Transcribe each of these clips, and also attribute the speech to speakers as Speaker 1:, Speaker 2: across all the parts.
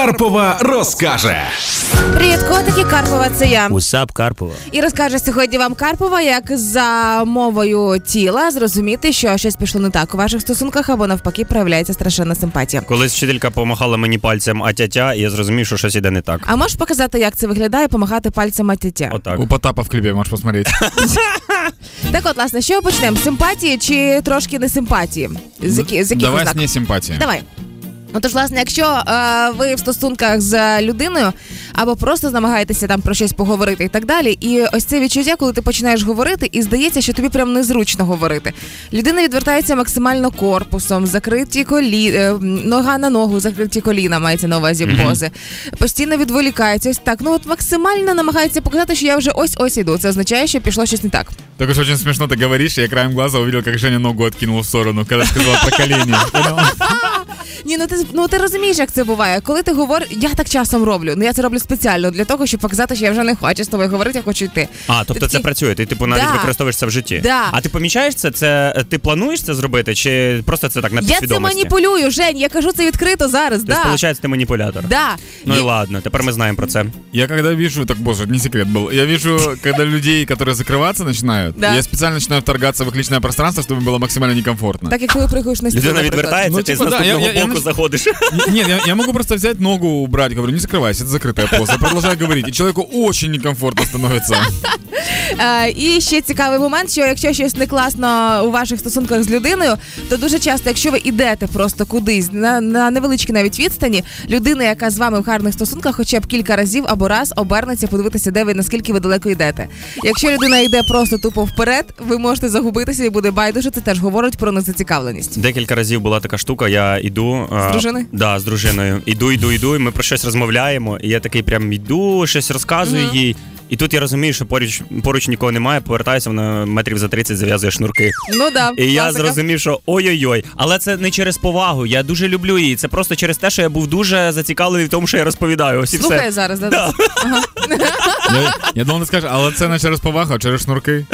Speaker 1: Карпова розкаже.
Speaker 2: Привіт, котики Карпова, це я.
Speaker 3: Усап Карпова.
Speaker 2: І розкаже сьогодні вам Карпова, як за мовою тіла зрозуміти, що щось пішло не так у ваших стосунках або навпаки проявляється страшенна симпатія.
Speaker 3: Колись вчителька помахала мені пальцем атятя, і я зрозумів, що щось іде не так.
Speaker 2: А можеш показати, як це виглядає, помагати пальцем матітя?
Speaker 3: Отак.
Speaker 4: У Потапа в клипе можешь посмотреть.
Speaker 2: Так, от, власне, що почнемо? Симпатії чи трошки не симпатії? З, які, з яких
Speaker 4: Давай
Speaker 2: ознак?
Speaker 4: с ней симпатии.
Speaker 2: Давай. Отож, власне, якщо е, ви в стосунках з людиною або просто намагаєтеся там про щось поговорити і так далі, і ось це відчуття, коли ти починаєш говорити, і здається, що тобі прям незручно говорити. Людина відвертається максимально корпусом, закриті колі, е, м, нога на ногу, закриті коліна, мається на увазі пози. Постійно відволікається. Ось так. Ну от максимально намагається показати, що я вже ось ось іду. Це означає, що пішло щось не так.
Speaker 4: Только что очень смешно ты говоришь, и я краем глаза увидел, как Женя ногу откинул в сторону, когда сказала про колени. Понял?
Speaker 2: Ні, ну ти ну ти розумієш, як це буває. Коли ти говориш, я так часом роблю. Ну я це роблю спеціально для того, щоб показати, що я вже не хочу з тобою говорити, я хочу йти.
Speaker 3: А, тобто це
Speaker 2: Такий-
Speaker 3: працює. Ти типу навіть
Speaker 2: Да.
Speaker 3: використовуєш це в житті.
Speaker 2: Да.
Speaker 3: А ти помічаєш це? Це е, ти плануєш це зробити, чи просто це так на
Speaker 2: Я це
Speaker 3: підсвідомості?
Speaker 2: маніпулюю, Жень. Я кажу це відкрито зараз.
Speaker 3: Тобто,
Speaker 2: да.
Speaker 3: виходить, ти маніпулятор.
Speaker 2: Да.
Speaker 3: Ну і
Speaker 2: І-
Speaker 3: ладно, тепер ми знаємо про це.
Speaker 4: Я когда вижу, так боже, это не секрет был. Я вижу, когда людей, которые закрываться начинают,
Speaker 2: Да.
Speaker 4: я специально начинаю вторгаться в их личное пространство, чтобы им было максимально некомфортно.
Speaker 2: Так як коли приходиш на стіл,
Speaker 3: Людина
Speaker 2: наприклад.
Speaker 3: відвертається, ти
Speaker 4: Ну,
Speaker 3: з
Speaker 4: типу, да,
Speaker 3: наступного
Speaker 4: я- я- я
Speaker 3: боку
Speaker 4: не-
Speaker 3: заходиш.
Speaker 4: Н- Нет, я, я могу просто взять ногу, убрать, говорю, не закрывайся, это закрытая поза. Я Продолжаю говорить, и человеку очень некомфортно становится.
Speaker 2: Е, і ще цікавий момент, що якщо щось не класно у ваших стосунках з людиною, то дуже часто, якщо ви йдете просто кудись на, на невеличкій навіть відстані, людина, яка з вами в гарних стосунках, хоча б кілька разів або раз обернеться, подивитися, де ви наскільки ви далеко йдете. Якщо людина йде просто тупо вперед, ви можете загубитися і буде байдуже. Це теж говорить про незацікавленість.
Speaker 3: Декілька разів була така штука. Я йду
Speaker 2: З дружиною?
Speaker 3: Да, з дружиною. Іду, йду, йду, і ми про щось розмовляємо. І я такий прям йду, щось розказую їй. І тут я розумію, що поруч поруч нікого немає, повертаюся, вона метрів за 30 зав'язує шнурки.
Speaker 2: Ну да,
Speaker 3: І я
Speaker 2: класика.
Speaker 3: зрозумів, що ой-ой-ой, але це не через повагу. Я дуже люблю її. Це просто через те, що я був дуже зацікавлений в тому, що я розповідаю. Ось і
Speaker 2: Слухає
Speaker 3: все.
Speaker 2: зараз, да?
Speaker 3: Да.
Speaker 4: Я, я думал, ты скажешь, але це не через повагу, а через шнурки.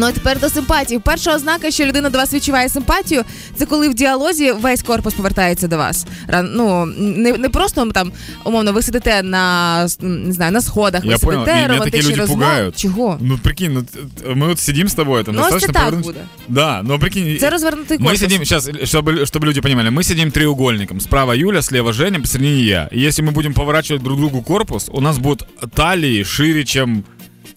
Speaker 2: Ну а тепер до симпатії. Перша ознака, що людина до вас відчуває симпатію, це коли в діалозі весь корпус повертається до вас. Ран- Ну не, не просто ну, там умовно, ви сидите на с- м, не знаю на сходах, ви
Speaker 4: Я понял,
Speaker 2: сидите
Speaker 4: меня такі
Speaker 2: романтичні
Speaker 4: люди
Speaker 2: розмови.
Speaker 4: пугають.
Speaker 2: Чого?
Speaker 4: Ну прикинь, ну т- т- мы вот сидим с тобой, там
Speaker 2: Ну, ось це
Speaker 4: достаточно
Speaker 2: так
Speaker 4: повернуть-
Speaker 2: буде.
Speaker 4: Да, но прикинь.
Speaker 2: Це розвернутий
Speaker 4: Мы
Speaker 2: корпус.
Speaker 4: сидим, сейчас, чтобы, чтобы люди понимали, мы сидим треугольником. Справа Юля, слева Женя, посередине я. И если мы будем поворачивать друг другу корпус, у нас будут талии шире, чем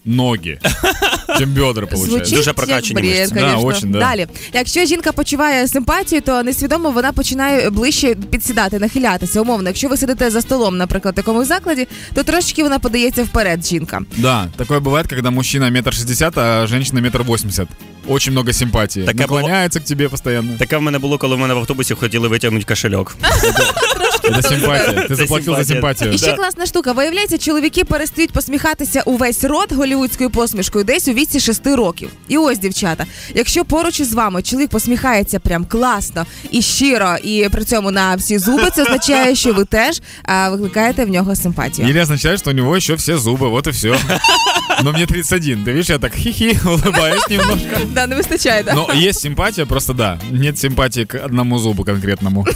Speaker 4: ноги. Чем бедра, получается.
Speaker 2: Звучить
Speaker 3: Дуже
Speaker 2: як
Speaker 3: прокачані
Speaker 2: бред,
Speaker 3: мишці.
Speaker 4: Да,
Speaker 2: конечно.
Speaker 4: очень, да.
Speaker 2: Далі, якщо жінка почуває симпатію, то несвідомо вона починає ближче підсідати, нахилятися. Умовно, якщо ви сидите за столом, наприклад, в такому закладі, то трошечки вона подається вперед. Жінка.
Speaker 4: Да, такое бывает, когда мужчина метр шестьдесят, а женщина метр восемьдесят. Очень много симпатии.
Speaker 3: Так я был-
Speaker 4: Наклоняется к тебе постоянно.
Speaker 3: Таке в мене було, коли в мене в автобусі хотіли витягнути кошельок.
Speaker 4: Это симпатия. Ты
Speaker 3: Это
Speaker 4: заплатил
Speaker 3: симпатия.
Speaker 4: за симпатию.
Speaker 2: І ще
Speaker 3: Да.
Speaker 2: класна штука. Виявляється, чоловіки перестають посміхатися увесь рот голівудською посмішкою десь у віці 6 років. І ось, дівчата, якщо поруч із вами чоловік посміхається прям класно і щиро, і при цьому на всі зуби, це означає, що ви теж а, викликаєте в нього симпатію.
Speaker 4: Или означает, что у него еще все зубы, вот и все. Но мне 31, ты видишь, я так хихи, улыбаюсь немножко.
Speaker 2: Да, не вистачає. Да?
Speaker 4: Но есть симпатия, просто да. Нет симпатии к одному зубу конкретному.